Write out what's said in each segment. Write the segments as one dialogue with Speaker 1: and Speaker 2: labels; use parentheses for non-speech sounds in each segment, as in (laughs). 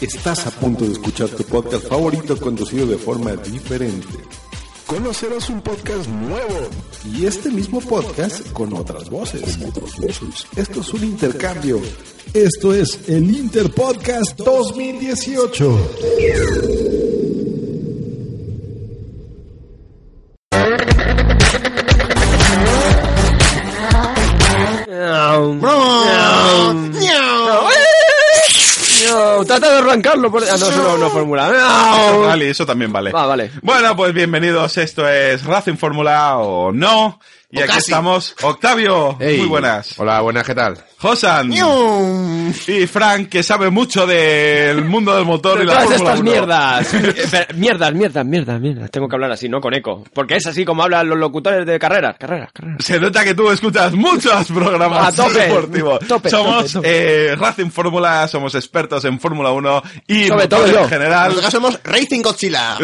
Speaker 1: Estás a punto de escuchar tu podcast favorito conducido de forma diferente. Conocerás un podcast nuevo y este mismo podcast con otras voces. Esto es un intercambio. Esto es el Interpodcast 2018.
Speaker 2: Trata de arrancarlo por... Ah, no, eso no, no fórmula.
Speaker 3: Vale, eso también vale.
Speaker 2: Ah, vale.
Speaker 3: Bueno, pues bienvenidos. Esto es Racing Fórmula o no. Y aquí estamos Octavio.
Speaker 4: Ey.
Speaker 3: Muy buenas.
Speaker 4: Hola, buenas, ¿qué tal?
Speaker 3: Josan. Y Frank, que sabe mucho del mundo del motor y la
Speaker 2: Todas
Speaker 3: Fórmula
Speaker 2: estas
Speaker 3: 1.
Speaker 2: mierdas. Eh, pero- mierdas, mierdas, mierdas, mierdas. Tengo que hablar así, no con eco. Porque es así como hablan los locutores de carreras. Carreras, carreras.
Speaker 3: Se nota que tú escuchas muchos programas
Speaker 2: A tope,
Speaker 3: deportivos.
Speaker 2: tope,
Speaker 3: somos
Speaker 2: tope,
Speaker 3: eh, Racing Fórmula, somos expertos en Fórmula 1 y
Speaker 2: Sobre todo
Speaker 3: motores
Speaker 2: yo.
Speaker 3: en general.
Speaker 5: Nosotros somos
Speaker 2: (laughs)
Speaker 5: Racing Godzilla.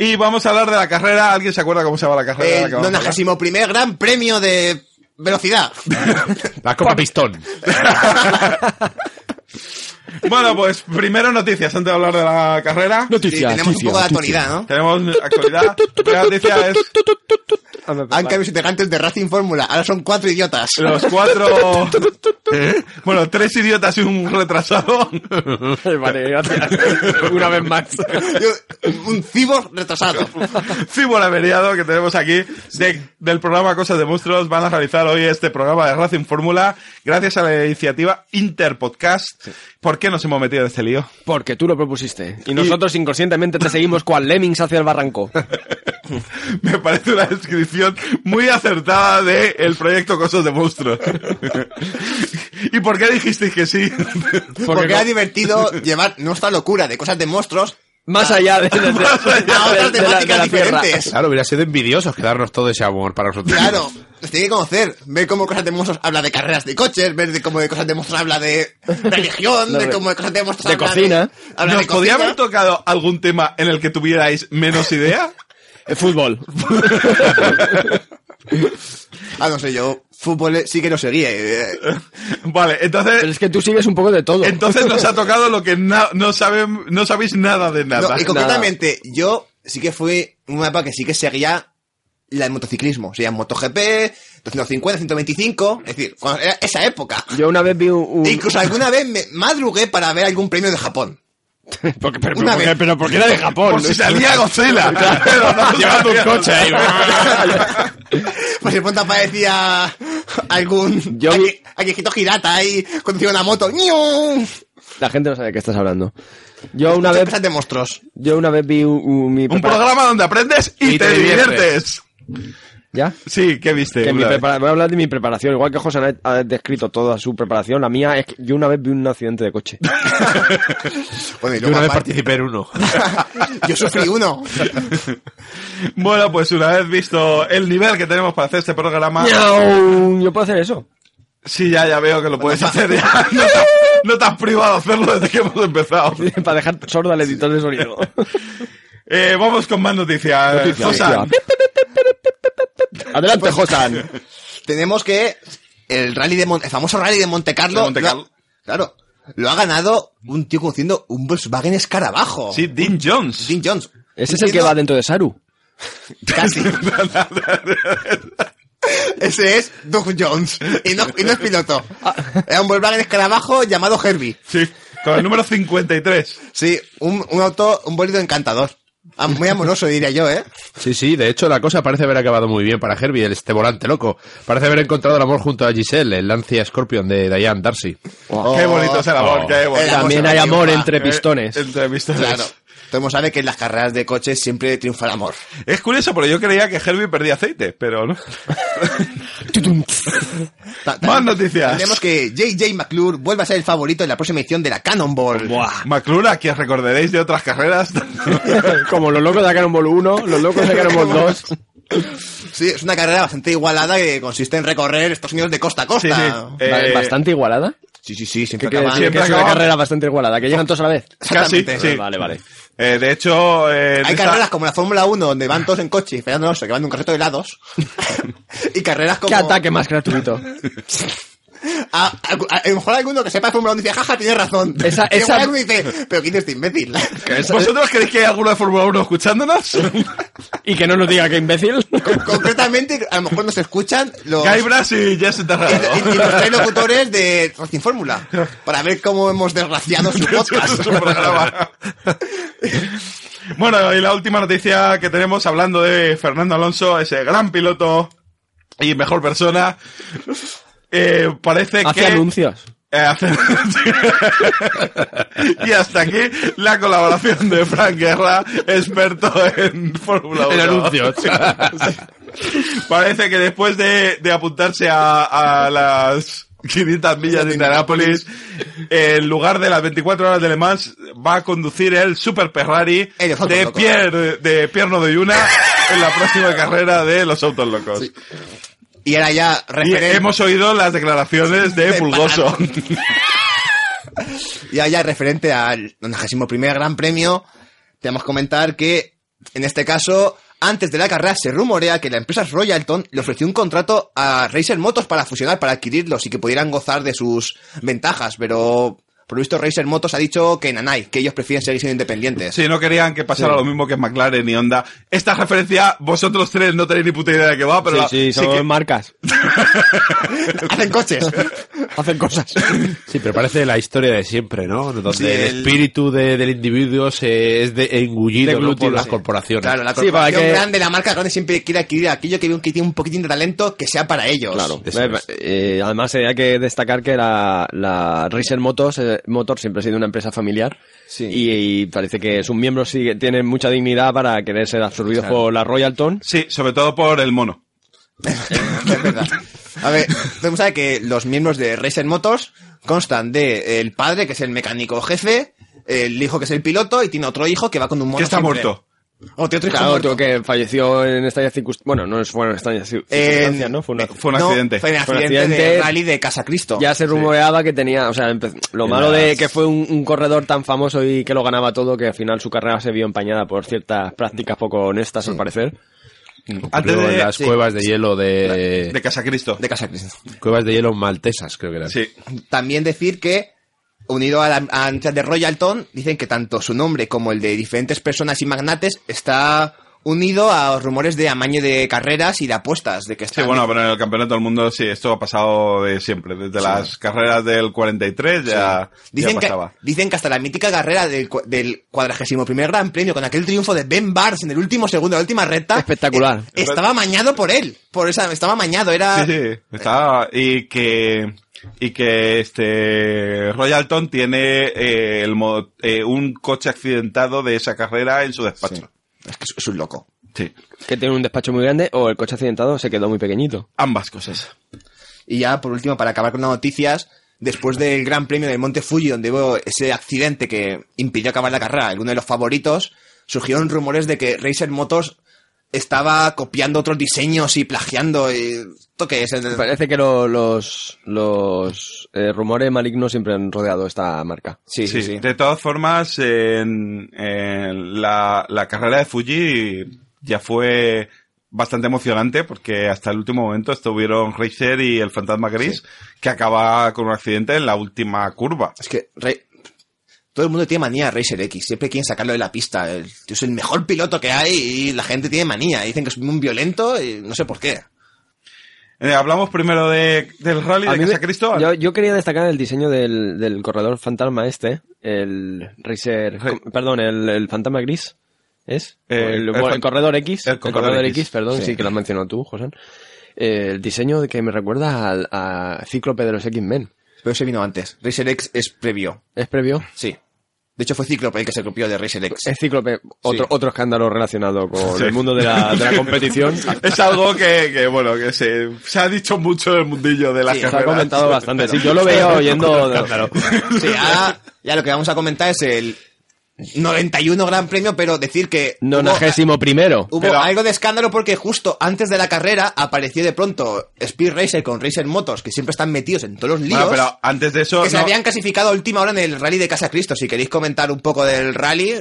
Speaker 3: Y vamos a hablar de la carrera. ¿Alguien se acuerda cómo se llama la carrera? de la
Speaker 2: Eh,
Speaker 5: El
Speaker 3: que vamos a hablar?
Speaker 5: 91 primer gran premio de
Speaker 2: (laughs)
Speaker 5: velocidad.
Speaker 4: La Copa Pistón.
Speaker 3: (laughs) Bueno, pues primero noticias antes de hablar de la carrera.
Speaker 5: Sí, tenemos un poco de actualidad, ¿no?
Speaker 3: Tenemos actualidad. La primera noticia es
Speaker 5: Han cambiado los integrantes de Racing Fórmula. Ahora son cuatro idiotas. (laughs)
Speaker 3: los cuatro... Bueno, tres idiotas y un retrasado.
Speaker 2: Vale, gracias. Una vez más.
Speaker 5: Un cyborg
Speaker 2: (laughs)
Speaker 5: retrasado.
Speaker 3: Fíbol averiado que tenemos aquí de- del programa Cosas de Monstruos. Van a realizar hoy este programa de Racing Fórmula gracias a la iniciativa Interpodcast. ¿Por qué nos hemos metido en este lío?
Speaker 2: Porque tú lo propusiste. Y nosotros inconscientemente te seguimos cual lemmings hacia el barranco.
Speaker 3: (laughs) Me parece una descripción muy acertada de el proyecto Cosas de Monstruos. (laughs) ¿Y por qué dijisteis que sí?
Speaker 5: Porque,
Speaker 2: no-
Speaker 5: era divertido (laughs) llevar nuestra locura de cosas de monstruos
Speaker 2: Más allá de, de- (laughs)
Speaker 5: (laughs)
Speaker 2: de- de-
Speaker 5: a otras
Speaker 2: de la- de
Speaker 5: temáticas
Speaker 2: la tierra.
Speaker 5: diferentes.
Speaker 4: Claro, hubiera sido envidiosos quedarnos todo ese amor para nosotros.
Speaker 5: Claro, los tiene que conocer. Ver cómo cosas de monstruos habla de carreras de coches, ver de cómo de cosas de monstruos habla de
Speaker 2: (laughs)
Speaker 5: religión,
Speaker 2: No,
Speaker 5: de
Speaker 2: de-
Speaker 5: cómo de cosas de monstruos
Speaker 2: de
Speaker 5: habla
Speaker 2: cocina.
Speaker 5: de- (laughs) habla
Speaker 3: ¿Nos
Speaker 5: de cocina.
Speaker 3: podía haber tocado algún tema en el que tuvierais menos idea? (laughs)
Speaker 2: Eh, Fútbol.
Speaker 5: Ah, no sé, yo fútbol eh, sí que lo seguía. eh.
Speaker 3: Vale,
Speaker 2: Pero
Speaker 3: entonces,
Speaker 2: es que tú sigues un poco de todo.
Speaker 3: entonces nos ha tocado lo que na- no, saben, no sabéis nada de
Speaker 5: No,
Speaker 3: nada.
Speaker 5: y concretamente, yo sí que fui un mapa que sí que seguía la de motociclismo. O sea, MotoGP, 250, 125, es decir, cuando era esa época.
Speaker 2: Yo una vez vi un... un-
Speaker 5: E incluso alguna vez me madrugué para ver algún premio de Japón.
Speaker 2: (laughs) Porque- pero,
Speaker 5: una
Speaker 2: porque-
Speaker 5: vez.
Speaker 2: pero porque era de Japón.
Speaker 3: Por si salía
Speaker 4: (laughs)
Speaker 3: Godzilla. Pero no
Speaker 4: Llevando un
Speaker 3: sabía.
Speaker 4: coche ahí.
Speaker 5: (laughs) Pues de pronto aparecía algún...
Speaker 2: Yo vi-
Speaker 5: aquí- Aquijito Girata ahí, conduciendo una moto. ¡Niu!
Speaker 2: La gente no sabe de qué estás hablando. Yo una
Speaker 5: Muchas
Speaker 2: vez,
Speaker 5: cosas de monstruos.
Speaker 2: yo una vez vi un, un- mi
Speaker 3: Un
Speaker 2: prepara-
Speaker 3: programa donde aprendes y,
Speaker 4: Y
Speaker 3: te,
Speaker 4: te
Speaker 3: diviertes.
Speaker 2: ¿Ya?
Speaker 3: Sí, ¿qué viste?
Speaker 2: Que mi
Speaker 3: Una vez.
Speaker 2: prepara- Voy a hablar de mi preparación. Igual que José ha, ha descrito toda su preparación, la mía es que yo una vez vi un accidente de coche.
Speaker 5: Bueno, y luego
Speaker 4: Yo una vez
Speaker 5: aparte-
Speaker 4: participé en uno.
Speaker 5: yo sufrí uno.
Speaker 3: Bueno, pues una vez visto el nivel que tenemos para hacer este programa,
Speaker 2: ¡Miau! Ah, yo puedo hacer eso. (laughs)
Speaker 3: sí, ya, ya veo que lo puedes hacer. ya. (laughs) No, te, no te has privado de hacerlo desde que hemos empezado.
Speaker 2: Para dejar sordo al editor de sonido.
Speaker 3: Eh, vamos con más noticias. Susan,
Speaker 2: Adelante, Josan.
Speaker 5: Pues, (laughs) Tenemos que el rally de Mon- el famoso rally de Monte Carlo.
Speaker 3: De Monte
Speaker 5: lo ha-
Speaker 3: Carlo.
Speaker 5: claro, lo ha ganado un tío conduciendo un Volkswagen Escarabajo.
Speaker 3: Sí, Dean Jones.
Speaker 5: Jim Jones.
Speaker 2: (laughs) Ese es el que va
Speaker 5: (laughs)
Speaker 2: dentro de Saru.
Speaker 5: Casi. Ese es Doug Jones. Y no, y no es piloto.
Speaker 2: Ah.
Speaker 5: Era un Volkswagen escarabajo llamado Herbie.
Speaker 3: (laughs) Sí, con el número 53.
Speaker 5: Sí, un, un auto, un bólido encantador. Ah, Muy amoroso, (laughs) diría yo, ¿eh?
Speaker 4: Sí, sí, de hecho la cosa parece haber acabado muy bien para Herbie, el- este volante loco. Parece haber encontrado el amor junto a Giselle, el Lancia Scorpion de Diane Darcy.
Speaker 3: qué bonito ese labor,
Speaker 4: Oh.
Speaker 3: qué bonito.
Speaker 5: Era-
Speaker 2: También hay amor entre
Speaker 3: Eh,
Speaker 2: (laughs) pistones.
Speaker 3: entre pistones.
Speaker 5: Claro. Todo el mundo sabe que en las carreras de coches siempre triunfa el amor.
Speaker 3: Es curioso, porque yo creía que Herbie perdía aceite, pero no.
Speaker 5: Ta-
Speaker 3: Más noticias.
Speaker 5: Tenemos que JJ McClure vuelve a ser el favorito en la próxima edición de la Cannonball.
Speaker 3: McClure, que os recordaréis de otras carreras. eh,
Speaker 2: Como los locos de Cannonball 1, los locos de
Speaker 3: (laughs)
Speaker 2: Cannonball 2.
Speaker 5: Sí, es una carrera bastante igualada que consiste en recorrer Estados Unidos de costa a costa.
Speaker 3: Sí, sí. Eh,
Speaker 2: Vale, Bastante igualada.
Speaker 5: Sí, sí, sí, siempre
Speaker 2: Que, que-
Speaker 5: acaban-
Speaker 2: que es una
Speaker 3: acaban-
Speaker 2: carrera bastante igualada, que llegan todos a la vez.
Speaker 3: Casi,
Speaker 5: Exactamente.
Speaker 3: sí.
Speaker 2: Vale, vale.
Speaker 3: Eh, de hecho, eh, en
Speaker 5: Hay
Speaker 3: esta-
Speaker 5: carreras como la Fórmula 1 donde van todos en coche y peleándonos, se que van de un carrito
Speaker 3: (laughs)
Speaker 5: de helados. y carreras como...
Speaker 2: ¿Qué ataque más gratuito?
Speaker 5: A, a- a- a lo mejor alguno que sepa de Fórmula 1 dice, jaja, tienes razón. (laughs)
Speaker 2: Esa-
Speaker 5: Y
Speaker 2: esa-
Speaker 5: igual alguno dice, pero ¿quién es este imbécil?
Speaker 3: (laughs)
Speaker 5: (laughs)
Speaker 3: ¿Vosotros creéis que hay alguno de Fórmula 1 (laughs) escuchándonos?
Speaker 2: Y que no nos diga que
Speaker 3: (laughs)
Speaker 2: imbécil.
Speaker 5: Con- concretamente, a lo mejor nos escuchan los...
Speaker 3: Guy Brass y Jesse
Speaker 5: y,
Speaker 3: Terrado.
Speaker 5: y- y los
Speaker 3: (laughs)
Speaker 5: tres locutores de Racing Fórmula para ver cómo hemos
Speaker 3: (laughs)
Speaker 5: desgraciado su podcast.
Speaker 3: Su
Speaker 5: (laughs)
Speaker 3: programa. bueno, y la última noticia que tenemos hablando de Fernando Alonso, ese gran piloto y mejor persona. eh, parece
Speaker 2: Hace
Speaker 3: que
Speaker 2: anuncios.
Speaker 3: Eh, hace- (laughs) y hasta aquí la colaboración de Frank Guerra, experto en Fórmula 1.
Speaker 4: En anuncios.
Speaker 3: (laughs) Parece que después de, de apuntarse a, a las 500 millas de Indianápolis, en lugar de las 24 horas de Le Mans, va a conducir el Super Ferrari
Speaker 5: El de autos
Speaker 3: de,
Speaker 5: locos.
Speaker 3: Pierre, de Pierno de Yuna en la próxima carrera de los autos locos.
Speaker 5: Sí. Y ahora ya
Speaker 3: Y
Speaker 5: referente.
Speaker 3: hemos oído las declaraciones de
Speaker 5: De
Speaker 3: Fulgoso.
Speaker 5: Y allá referente al 91 primer Gran Premio, tenemos que comentar que, en este caso, antes de la carrera se rumorea que la empresa Royalton le ofreció un contrato a Racer Motos para fusionar, para adquirirlos y que pudieran gozar de sus ventajas, pero por lo visto Racer Motos ha dicho que nanay, que ellos prefieren seguir siendo independientes.
Speaker 3: Sí, no querían que pasara lo mismo que McLaren y Honda. Esta referencia, vosotros tres no tenéis ni puta idea de qué va, pero la-
Speaker 2: sí, sí,
Speaker 3: sí
Speaker 2: son
Speaker 3: que-
Speaker 2: marcas.
Speaker 5: (laughs) Hacen coches.
Speaker 2: Hacen cosas.
Speaker 4: Sí, pero parece la historia de siempre, ¿no? Donde
Speaker 5: Sí,
Speaker 4: el,
Speaker 5: el-
Speaker 4: espíritu de- del individuo se es de, engullido ¿no?
Speaker 2: Deglutido,
Speaker 4: por las
Speaker 2: sí.
Speaker 4: corporaciones.
Speaker 5: Claro, la
Speaker 2: Sí, para
Speaker 5: corporación
Speaker 2: que-
Speaker 5: grande, la marca grande siempre quiere adquirir aquello que ve un- que tiene un poquitín de talento que sea para ellos.
Speaker 2: Claro.
Speaker 4: Eso
Speaker 2: Eh,
Speaker 4: es.
Speaker 2: eh, además, eh, hay que destacar que la, la Racer Motors, eh, Motor siempre ha sido una empresa familiar.
Speaker 5: Sí.
Speaker 2: Y, y parece que sus miembros sí que tienen mucha dignidad para querer ser absorbidos por la Royalton.
Speaker 3: Sí, sobre todo por el mono.
Speaker 5: Es verdad. A ver, tenemos sabe que los miembros de Racer Motors constan de el padre, que es el mecánico jefe, el hijo que es el piloto, y tiene otro hijo que va con un mono.
Speaker 3: que está
Speaker 5: siempre.
Speaker 3: muerto.
Speaker 5: O tiene otro hijo
Speaker 2: Claro,
Speaker 5: muerto.
Speaker 2: otro que falleció en esta circunstancia. Bueno, no es- fueron extrañas cir-
Speaker 5: En-
Speaker 2: circunstancias, ¿no? Fue una-
Speaker 3: Fue un
Speaker 5: No,
Speaker 3: accidente.
Speaker 5: Fue un
Speaker 2: Fue un
Speaker 5: accidente, de
Speaker 2: accidente.
Speaker 5: rally de Casa Cristo.
Speaker 2: Ya se rumoreaba que tenía, o sea, empe- lo malo de que fue un, un corredor tan famoso y que lo ganaba todo, que al final su carrera se vio empañada por ciertas prácticas poco honestas, al parecer.
Speaker 3: Antes
Speaker 4: Luego en
Speaker 3: de,
Speaker 4: las cuevas de hielo de,
Speaker 3: de Casacristo.
Speaker 5: De Casa Cristo.
Speaker 4: cuevas de hielo maltesas, creo que eran.
Speaker 3: Sí.
Speaker 5: También decir que, unido a la a anunciar de Royalton, dicen que tanto su nombre como el de diferentes personas y magnates está unido a rumores de amaño de carreras y de apuestas. De que
Speaker 3: Sí,
Speaker 5: está
Speaker 3: bueno, pero en el campeonato del mundo sí, esto ha pasado de siempre. Desde las carreras del 43 ya, ya
Speaker 5: Dicen que,
Speaker 3: pasaba.
Speaker 5: dicen que hasta la mítica carrera del, cua- del cuadragésimo primer Gran Premio, con aquel triunfo de Ben Barnes en el último segundo, la última recta.
Speaker 2: Espectacular.
Speaker 5: eh, estaba amañado por él. Por esa, estaba amañado, era.
Speaker 3: Sí, sí, está, y que, y que este, Royalton tiene eh, el, mo- eh, un coche accidentado de esa carrera en su despacho.
Speaker 5: Es que es- es un loco.
Speaker 3: Sí.
Speaker 2: Que tiene un despacho muy grande o el coche accidentado se quedó muy pequeñito.
Speaker 3: Ambas cosas.
Speaker 5: Y ya, por último, para acabar con las noticias, después del Gran Premio del Monte Fuji, donde hubo ese accidente que impidió acabar la carrera, alguno de los favoritos, surgieron rumores de que Racer Motors estaba copiando otros diseños y plagiando. Y... ¿Esto qué es?
Speaker 2: Parece que lo- los, los eh, rumores malignos siempre han rodeado esta marca.
Speaker 5: Sí, sí,
Speaker 3: Sí,
Speaker 5: sí.
Speaker 3: De todas formas, en, en la, la carrera de Fuji ya fue bastante emocionante porque hasta el último momento estuvieron Racer y el fantasma gris que acaba con un accidente en la última curva.
Speaker 5: Es que Rey- todo el mundo tiene manía a Racer X. Siempre quieren sacarlo de la pista. El- Yo soy el mejor piloto que hay y la gente tiene manía. Dicen que es un violento y no sé por qué.
Speaker 3: Eh, hablamos primero de, del rally
Speaker 2: A
Speaker 3: de
Speaker 2: mí me-
Speaker 3: Casa Cristo.
Speaker 2: Yo, yo quería destacar el diseño del, del corredor fantasma este, el Racer,
Speaker 3: Re-
Speaker 2: com- perdón, el, el fantasma gris, ¿es?
Speaker 3: Eh,
Speaker 2: O el,
Speaker 3: el
Speaker 2: o el
Speaker 3: fan-
Speaker 2: corredor X,
Speaker 3: el
Speaker 2: el,
Speaker 3: corredor
Speaker 2: corredor,
Speaker 3: X,
Speaker 2: X, perdón, sí. que lo has mencionado tú, José. Eh, el diseño de que me recuerda al a Cíclope de los X-Men.
Speaker 5: Pero ese vino antes. Racer X es previo.
Speaker 2: ¿Es previo?
Speaker 5: Sí. De hecho, fue Cíclope el que se copió de Racing X.
Speaker 2: Es Cíclope, otro,
Speaker 5: Sí.
Speaker 2: otro escándalo relacionado con
Speaker 3: Sí.
Speaker 2: el mundo de la, de la competición. Se
Speaker 3: Es algo que, que, bueno, que se, se ha dicho mucho en el mundillo de las
Speaker 5: Sí, se ha
Speaker 3: carreras.
Speaker 2: ha comentado bastante. Sí, yo lo veía oyendo...
Speaker 5: Sí, ahora ya lo que vamos a comentar es el 91 Gran Premio, pero decir que hubo-
Speaker 2: Nonagésimo primero.
Speaker 5: Hubo
Speaker 3: Pero-
Speaker 5: algo de escándalo porque justo antes de la carrera apareció de pronto Speed Racer con Racer Motors, que siempre están metidos en todos los líos,
Speaker 3: Bueno, pero antes de eso...
Speaker 5: que se
Speaker 3: no-
Speaker 5: habían clasificado a última hora en el Rally de Casa Cristo. Si queréis comentar un poco del rally,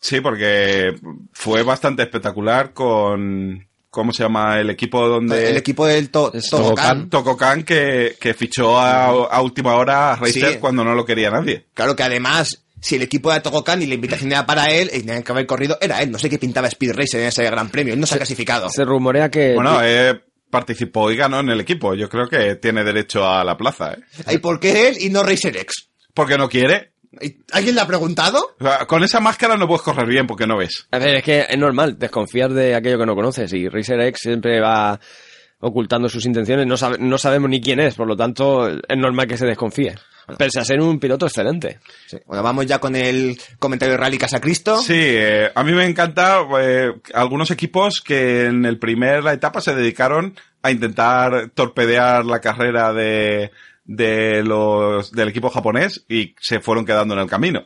Speaker 3: Sí, porque fue bastante espectacular con... ¿Cómo se llama? El equipo donde...
Speaker 5: el equipo del to
Speaker 2: Es
Speaker 5: Tobogán,
Speaker 3: Tococan que, que fichó a, a última hora a Reiser
Speaker 5: Sí. Eh,
Speaker 3: cuando no lo quería nadie.
Speaker 5: claro que además... Si el equipo de Togokan y la invitación era para él, y tenían que haber corrido, era él. No sé qué pintaba Speed Racer en ese gran premio. Él no se ha clasificado.
Speaker 2: Se rumorea que...
Speaker 3: Bueno, eh, participó y ganó en el equipo. Yo creo que tiene derecho a la plaza, ¿eh?
Speaker 5: ¿Y por qué él y no Racer X?
Speaker 3: Porque no quiere.
Speaker 5: ¿Y- ¿Alguien le ha preguntado?
Speaker 3: O sea, con esa máscara no puedes correr bien porque no ves.
Speaker 2: A ver, es que es normal desconfiar de aquello que no conoces y Racer X siempre va ocultando sus intenciones, no, sabe- no sabemos ni quién es, por lo tanto es normal que se desconfíe. Pese a ser un piloto excelente.
Speaker 5: Bueno, vamos ya con el comentario de Rally Casa Cristo.
Speaker 3: Sí, eh, a mí me encanta eh, algunos equipos que en el primer etapa se dedicaron a intentar torpedear la carrera de, de los del equipo japonés y se fueron quedando en el camino.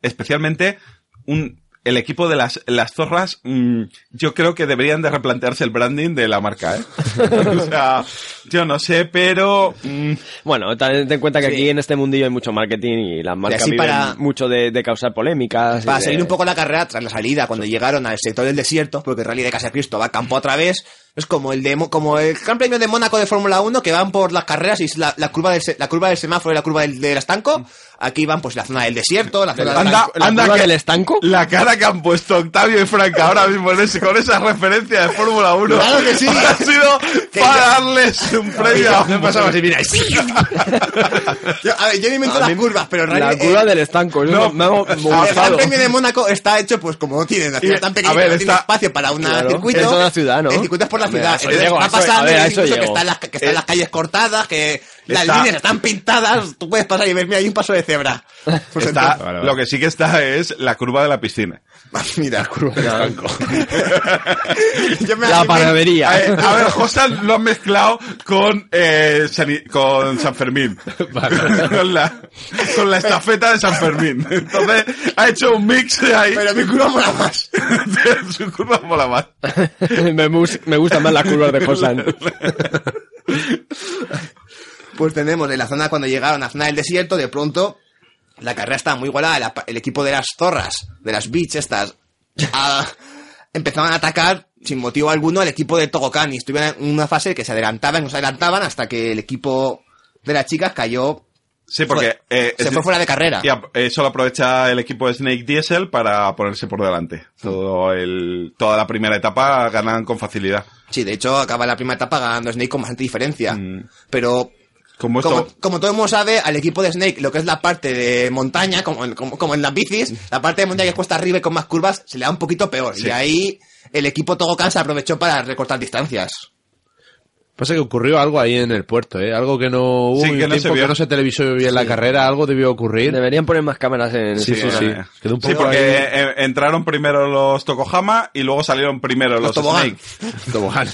Speaker 3: Especialmente un el equipo de las, las zorras, mm, yo creo que deberían de replantearse el branding de la marca, ¿eh? (laughs) o sea, yo no sé, pero mm,
Speaker 2: Bueno, ten en cuenta que
Speaker 5: Sí.
Speaker 2: aquí en este mundillo hay mucho marketing y las marcas
Speaker 5: así
Speaker 2: viven
Speaker 5: para-
Speaker 2: mucho de, de causar polémicas. y
Speaker 5: Para
Speaker 2: de-
Speaker 5: seguir un poco la carrera tras la salida, cuando llegaron al sector del desierto, porque el rally de Casa Cristo va a campo otra vez, es como el de, Mo- como el Gran Premio de Mónaco de Fórmula 1, que van por las carreras y es la, la curva, del, se- la curva del semáforo y la curva del, del estanco. Aquí van pues la zona del desierto, la zona del
Speaker 3: anda,
Speaker 5: estanco.
Speaker 2: la
Speaker 3: anda
Speaker 2: curva
Speaker 3: que-
Speaker 2: del estanco?
Speaker 3: La cara que han puesto Octavio y Franca ahora mismo en ese- con esa referencia de Fórmula 1.
Speaker 5: Claro que sí.
Speaker 3: (laughs) Ha sido
Speaker 5: Que
Speaker 3: para
Speaker 5: yo-
Speaker 3: darles un premio.
Speaker 4: Me pasaba así, mira, sí.
Speaker 5: Yo, a ver, yo me invento las curvas, pero el rally,
Speaker 2: La
Speaker 5: eh,
Speaker 2: curva del estanco, eso
Speaker 3: no,
Speaker 2: me ha- me ha
Speaker 5: (laughs) el Gran
Speaker 2: gustado.
Speaker 5: Premio de Mónaco está hecho pues como no tiene una ciudad
Speaker 3: Y-
Speaker 5: tan
Speaker 3: a
Speaker 5: pequeña,
Speaker 3: ver,
Speaker 5: no tiene
Speaker 3: está-
Speaker 5: espacio para un
Speaker 2: Claro.
Speaker 5: circuito.
Speaker 2: Es una ciudad, ¿no?
Speaker 5: El circuito es por la
Speaker 2: Hombre,
Speaker 5: ciudad.
Speaker 2: a eso
Speaker 5: Entonces,
Speaker 2: llego, a
Speaker 5: va
Speaker 2: eso- a
Speaker 5: pasando
Speaker 2: ver, a eso
Speaker 5: incluso que
Speaker 2: llego.
Speaker 5: están las, que están
Speaker 3: Eh,
Speaker 5: las calles cortadas, que las
Speaker 3: está-
Speaker 5: líneas están pintadas, tú puedes pasar y ver, mira, hay un paso
Speaker 2: (laughs)
Speaker 5: de cebra. Pues
Speaker 3: Está-
Speaker 5: entonces-
Speaker 4: vale.
Speaker 3: Lo que sí que está es la curva de la piscina.
Speaker 5: mira, curva del estanco. (laughs) Yo me
Speaker 2: La
Speaker 5: animé-
Speaker 2: panadería.
Speaker 3: Eh, a ver, José lo han mezclado con, eh, San, con San Fermín. (laughs) con, la, con la estafeta de San Fermín. Entonces, ha hecho un mix ahí.
Speaker 5: Pero mi curva mola más.
Speaker 3: (laughs) Su curva mola más.
Speaker 2: (laughs) me, mus- me gustan más las curvas de Hosan.
Speaker 5: Pues tenemos en la zona, cuando llegaron a la zona del desierto, de pronto la carrera estaba muy igualada. la pa- el equipo de las zorras, de las beach estas, a- (laughs) empezaban a atacar sin motivo alguno al equipo de Togokan. Y estuvieron en una fase que se adelantaban, nos adelantaban hasta que el equipo de las chicas cayó.
Speaker 3: Sí, porque...
Speaker 5: fue-
Speaker 3: eh,
Speaker 5: se
Speaker 3: es-
Speaker 5: fue fuera de carrera.
Speaker 3: Y a- eso lo aprovecha el equipo de Snake Diesel para ponerse por delante. Todo el, toda la primera etapa ganan con facilidad.
Speaker 5: Sí, de hecho, acaba la primera etapa ganando Snake con bastante diferencia. Pero
Speaker 3: Como esto,
Speaker 5: Como, como todo el mundo sabe, al equipo de Snake, lo que es la parte de montaña, como, en- como, como en las bicis, la parte de montaña que es cuesta arriba y con más curvas, se le da un poquito peor.
Speaker 3: Sí.
Speaker 5: Y ahí el equipo Togokan se aprovechó para recortar distancias.
Speaker 4: Pasa que ocurrió algo ahí en el puerto, ¿eh? Algo que no hubo
Speaker 3: Sí,
Speaker 4: y
Speaker 3: que
Speaker 4: un
Speaker 3: no se
Speaker 4: tiempo
Speaker 3: vio.
Speaker 4: que no se televisó bien la carrera, algo debió ocurrir.
Speaker 2: Deberían poner más cámaras en
Speaker 4: Sí, sí,
Speaker 2: en-
Speaker 4: sí.
Speaker 3: eh,
Speaker 4: Quedó un
Speaker 3: sí,
Speaker 4: poco
Speaker 3: porque
Speaker 4: ahí.
Speaker 3: eh, entraron primero los Tokohama y luego salieron primero los,
Speaker 5: Los tobogán.
Speaker 3: Snake.
Speaker 5: (laughs)
Speaker 4: Tobogán.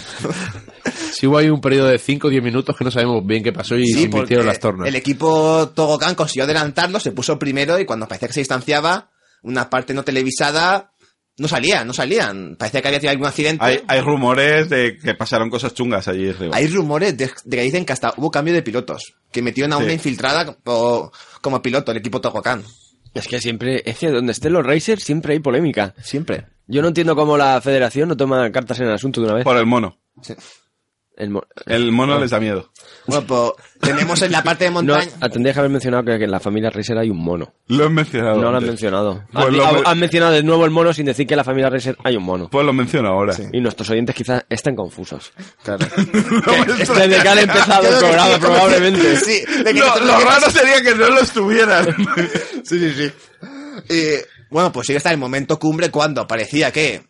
Speaker 4: Sí hubo ahí un periodo de 5 o 10 minutos que no sabemos bien qué pasó y se invirtieron las tornas.
Speaker 5: el equipo Togokan consiguió adelantarlo, se puso primero y cuando parecía que se distanciaba, una parte no televisada no salía, no salían. Parecía que había tenido algún accidente.
Speaker 3: Hay, hay rumores de que pasaron cosas chungas allí arriba.
Speaker 5: Hay rumores de, de que dicen que hasta hubo cambio de pilotos, que metieron a
Speaker 3: Sí.
Speaker 5: una infiltrada como, como piloto el equipo Togokan.
Speaker 2: Es que siempre, es que donde estén los racers siempre hay polémica.
Speaker 5: Siempre.
Speaker 2: Yo no entiendo cómo la federación no toma cartas en el asunto de una vez.
Speaker 3: Por el mono.
Speaker 2: El mo-
Speaker 3: El mono les da miedo.
Speaker 5: Bueno, pues tenemos en la parte de
Speaker 2: No,
Speaker 5: montaña.
Speaker 2: ah, tendrías que haber mencionado que, que en la familia Racer hay un mono.
Speaker 3: Lo han mencionado.
Speaker 2: No lo han
Speaker 3: antes.
Speaker 2: mencionado.
Speaker 3: Pues
Speaker 2: han,
Speaker 3: lo
Speaker 2: han-
Speaker 3: men-
Speaker 2: han mencionado de nuevo el mono sin decir que en la familia Racer hay un mono.
Speaker 3: Pues lo menciono ahora. (laughs)
Speaker 2: Y nuestros oyentes quizás estén confusos.
Speaker 5: (laughs)
Speaker 3: No me
Speaker 2: Desde que han
Speaker 3: (laughs)
Speaker 2: empezado el
Speaker 5: Yo creo que
Speaker 2: programa,
Speaker 5: sí,
Speaker 2: probablemente.
Speaker 5: (laughs) Sí, de que
Speaker 3: Lo,
Speaker 5: nosotros
Speaker 3: lo
Speaker 5: que
Speaker 3: raro sería que no lo estuvieran.
Speaker 5: Sí, sí, sí. Eh, bueno, pues sí, está el momento cumbre cuando parecía que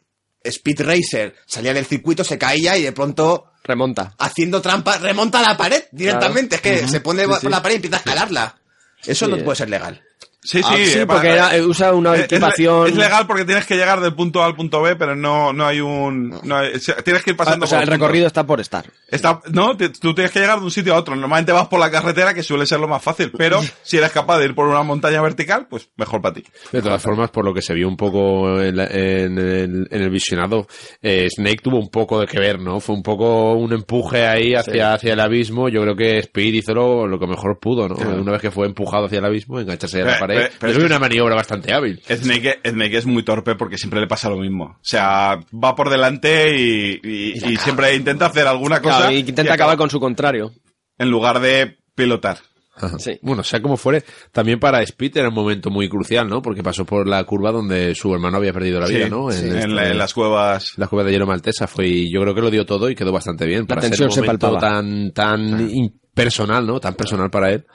Speaker 5: Speed Racer salía del circuito, se caía y de pronto,
Speaker 2: Remonta.
Speaker 5: haciendo trampa, remonta a la pared directamente. Es que se pone por la pared y empieza a escalarla. Eso
Speaker 2: Sí,
Speaker 5: no
Speaker 2: eh.
Speaker 5: puede ser legal.
Speaker 3: Sí, sí,
Speaker 2: Ah,
Speaker 3: eh,
Speaker 2: porque
Speaker 3: para-
Speaker 2: era- eh, usa una
Speaker 3: Es- es le-
Speaker 2: equipación. Ah,
Speaker 3: Es, legal porque tienes que llegar del punto A al punto B, pero no, no hay un. no hay- o sea, tienes que ir
Speaker 2: Ah,
Speaker 3: pasando.
Speaker 2: o sea,
Speaker 3: por
Speaker 2: el
Speaker 3: puntos.
Speaker 2: recorrido está por estar.
Speaker 3: Está, no, te- tú tienes que llegar de un sitio a otro. Normalmente vas por la carretera, que suele ser lo más fácil, pero
Speaker 2: (laughs)
Speaker 3: si eres capaz de ir por una montaña vertical, pues mejor para ti.
Speaker 4: De todas formas, por lo que se vio un poco en, la- en el, en el visionado, eh, Snake tuvo un poco de que ver, ¿no? Fue un poco un empuje ahí hacia, hacia el abismo. Yo creo que Speed hizo lo, lo que mejor pudo, ¿no? Una vez que fue empujado hacia el abismo, engancharse a la
Speaker 3: Pero- pero-
Speaker 4: pared.
Speaker 3: pero
Speaker 4: Yo
Speaker 3: es
Speaker 4: creo que
Speaker 3: que-
Speaker 4: una maniobra bastante hábil.
Speaker 3: Snake, Snake es muy torpe porque siempre le pasa lo mismo. O sea, va por delante y, y- y siempre intenta hacer alguna cosa.
Speaker 2: Claro, y intenta
Speaker 3: y acaba-
Speaker 2: acabar con su contrario.
Speaker 3: En lugar de pilotar.
Speaker 4: Ajá.
Speaker 2: Sí.
Speaker 4: Bueno, sea como fuere, también para Speed era un momento muy crucial, ¿no? Porque pasó por la curva donde su hermano había perdido la vida,
Speaker 3: Sí,
Speaker 4: ¿no?
Speaker 3: sí, en,
Speaker 4: este-
Speaker 3: la- en las cuevas.
Speaker 4: la cueva de hielo maltesa fue y yo creo que lo dio todo y quedó bastante bien para
Speaker 2: tensión
Speaker 4: ser
Speaker 2: se
Speaker 4: un momento
Speaker 2: palpaba.
Speaker 4: tan tan impersonal no tan personal para él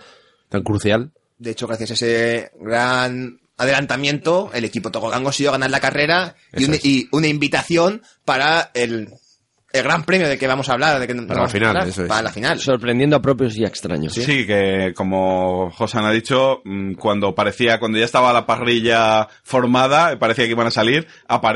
Speaker 4: tan crucial
Speaker 5: De hecho, gracias a ese gran adelantamiento, el equipo Tokogán consiguió ganar la carrera y,
Speaker 4: Eso
Speaker 5: un-
Speaker 4: es.
Speaker 5: y una invitación para el, el gran premio de que vamos a hablar. De que
Speaker 4: la final, eso es.
Speaker 2: (laughs)
Speaker 5: Para la final.
Speaker 2: Sorprendiendo a propios y a extraños.
Speaker 3: ¿Sí? que como Josan ha dicho, mm, cuando parecía, cuando ya estaba la parrilla formada, eh, parecía que iban a salir,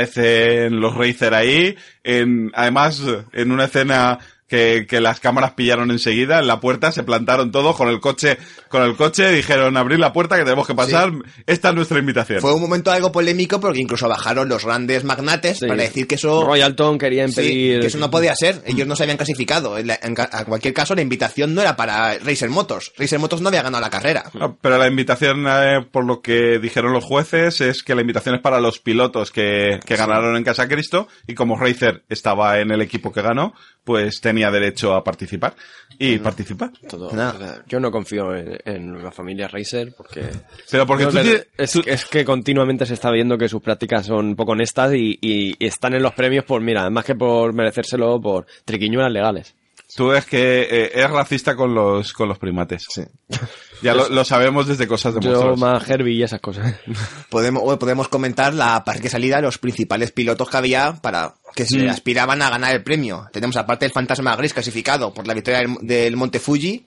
Speaker 3: aparecen los Racer ahí, en, además, eh, en una escena que, que las cámaras pillaron enseguida, en la puerta se plantaron todos con el coche, con el coche, dijeron abrir la puerta que tenemos que pasar, esta es nuestra invitación.
Speaker 5: Fue un momento algo polémico porque incluso bajaron los grandes magnates
Speaker 2: Sí.
Speaker 5: para decir que eso...
Speaker 2: Royalton quería
Speaker 5: sí,
Speaker 2: impedir.
Speaker 5: que eso no podía ser, ellos no se habían clasificado. En, la- en ca- a cualquier caso, la invitación no era para Racer Motors. Racer Motors no había ganado la carrera.
Speaker 3: Ah, Pero la invitación, eh, por lo que dijeron los jueces, es que la invitación es para los pilotos que, que ganaron en Casa Cristo y como Racer estaba en el equipo que ganó, pues tenía derecho a participar y participar.
Speaker 2: Todo-
Speaker 5: Nada.
Speaker 2: Yo no confío en, en la familia Racer porque.
Speaker 3: Pero porque
Speaker 2: No,
Speaker 3: tú
Speaker 2: pero
Speaker 3: tienes-
Speaker 2: es, es que continuamente se está viendo que sus prácticas son poco honestas y, y- y están en los premios por, mira, más que por merecérselo, por triquiñuelas legales.
Speaker 3: tú es que eh, es racista con los con los primates. Ya
Speaker 5: Pues
Speaker 3: lo, lo sabemos desde cosas de
Speaker 2: Yo
Speaker 3: monstruos.
Speaker 2: más Herbie y esas cosas.
Speaker 5: Podemos, o podemos comentar la parte de salida de los principales pilotos que había para que se aspiraban a ganar el premio. Tenemos aparte el fantasma gris clasificado por la victoria del, del Monte Fuji,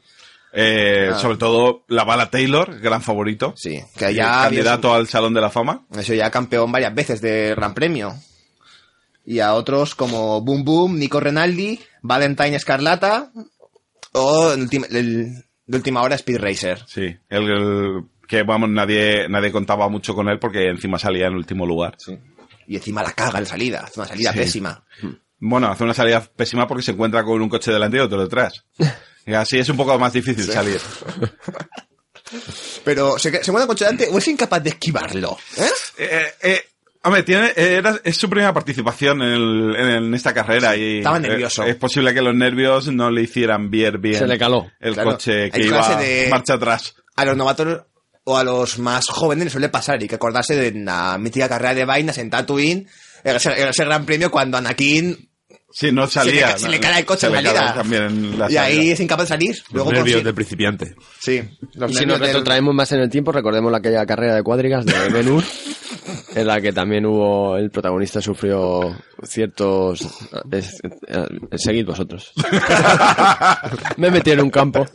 Speaker 3: Eh,
Speaker 5: Ah.
Speaker 3: Sobre todo la bala Taylor, gran favorito. Eh,
Speaker 5: sí, que ya había
Speaker 3: candidato al Salón de la Fama.
Speaker 5: sido- eso ya campeón varias veces de Gran Premio. Y a otros como Boom Boom, Nico Renaldi, Valentine Escarlata o en ultim- el- de última hora Speed Racer.
Speaker 3: Sí. El, el- que vamos, nadie, nadie contaba mucho con él porque encima salía en último lugar.
Speaker 5: Y encima la caga en salida, hace una salida
Speaker 3: Sí.
Speaker 5: pésima.
Speaker 3: Bueno, hace una salida pésima porque se encuentra con un coche delante y otro
Speaker 5: (laughs)
Speaker 3: detrás. Y así es un poco más difícil salir.
Speaker 5: Pero se, se mueve con delante o es incapaz de esquivarlo. ¿eh?
Speaker 3: Eh, eh, hombre, tiene, eh, era- es su primera participación en, el- en el- en esta carrera y
Speaker 5: estaba
Speaker 3: eh,
Speaker 5: nervioso.
Speaker 3: es posible que los nervios no le hicieran bien, bien
Speaker 2: Se le caló.
Speaker 3: el
Speaker 5: Claro.
Speaker 3: coche que
Speaker 5: Hay
Speaker 3: iba
Speaker 5: clase de-
Speaker 3: marcha atrás.
Speaker 5: a los novatos o a los más jóvenes les suele pasar y que acordarse de la mítica carrera de vainas en Tatooine, ese, ese gran premio cuando Anakin
Speaker 3: Sí, no
Speaker 5: se,
Speaker 3: salía.
Speaker 5: le, se le cae el coche
Speaker 3: Se
Speaker 5: en
Speaker 3: le
Speaker 5: la
Speaker 3: cae
Speaker 5: liga.
Speaker 3: también en la
Speaker 5: y ahí
Speaker 3: salida.
Speaker 5: es incapaz de salir. Luego
Speaker 4: nervios
Speaker 5: consigue- (laughs)
Speaker 4: de principiante
Speaker 5: Sí. Los
Speaker 2: Y si nos
Speaker 5: nervios del-
Speaker 2: retrotraemos más en el tiempo, recordemos la aquella carrera de cuadrigas
Speaker 3: (laughs)
Speaker 2: de Ben Hur, en la que también hubo, el protagonista sufrió ciertos... es- eh, seguid vosotros. Me metí en un campo.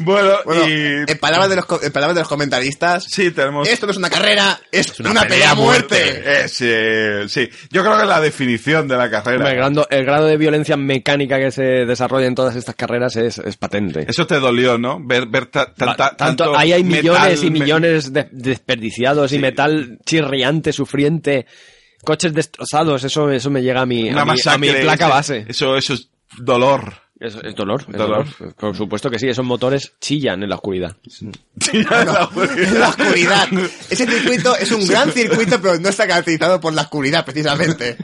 Speaker 3: Bueno,
Speaker 5: Bueno, eh,
Speaker 3: y...
Speaker 5: en, palabras de los, co- en palabras de los comentaristas,
Speaker 3: Sí, tenemos...
Speaker 5: esto no es una carrera, es, una,
Speaker 4: una
Speaker 5: pelea
Speaker 4: pelea
Speaker 5: a muerte.
Speaker 3: Eh, sí, sí. Yo creo que es la definición de la carrera.
Speaker 2: Hombre, El grado, el grado de violencia mecánica que se desarrolla en todas estas carreras es, es patente.
Speaker 3: Eso te dolió, ¿no? Ver, ver ta-
Speaker 2: Ta-
Speaker 3: tanta-
Speaker 2: tanto,
Speaker 3: tanto
Speaker 2: ahí hay millones
Speaker 3: metal,
Speaker 2: y
Speaker 3: me-
Speaker 2: millones de- desperdiciados y metal chirriante, sufriente, coches destrozados, eso, eso me llega a mi,
Speaker 3: una
Speaker 2: a mi, a mi
Speaker 3: masacre,
Speaker 2: placa
Speaker 3: ese-
Speaker 2: base.
Speaker 3: Eso, eso es dolor. (laughs)
Speaker 2: Es, es dolor, es
Speaker 3: Dolor.
Speaker 2: dolor. Por supuesto que sí, esos motores chillan en la oscuridad.
Speaker 3: Sí, ya es (laughs) la oscuridad. (laughs)
Speaker 5: la oscuridad. Ese circuito es un gran circuito, pero no está caracterizado por la oscuridad, precisamente.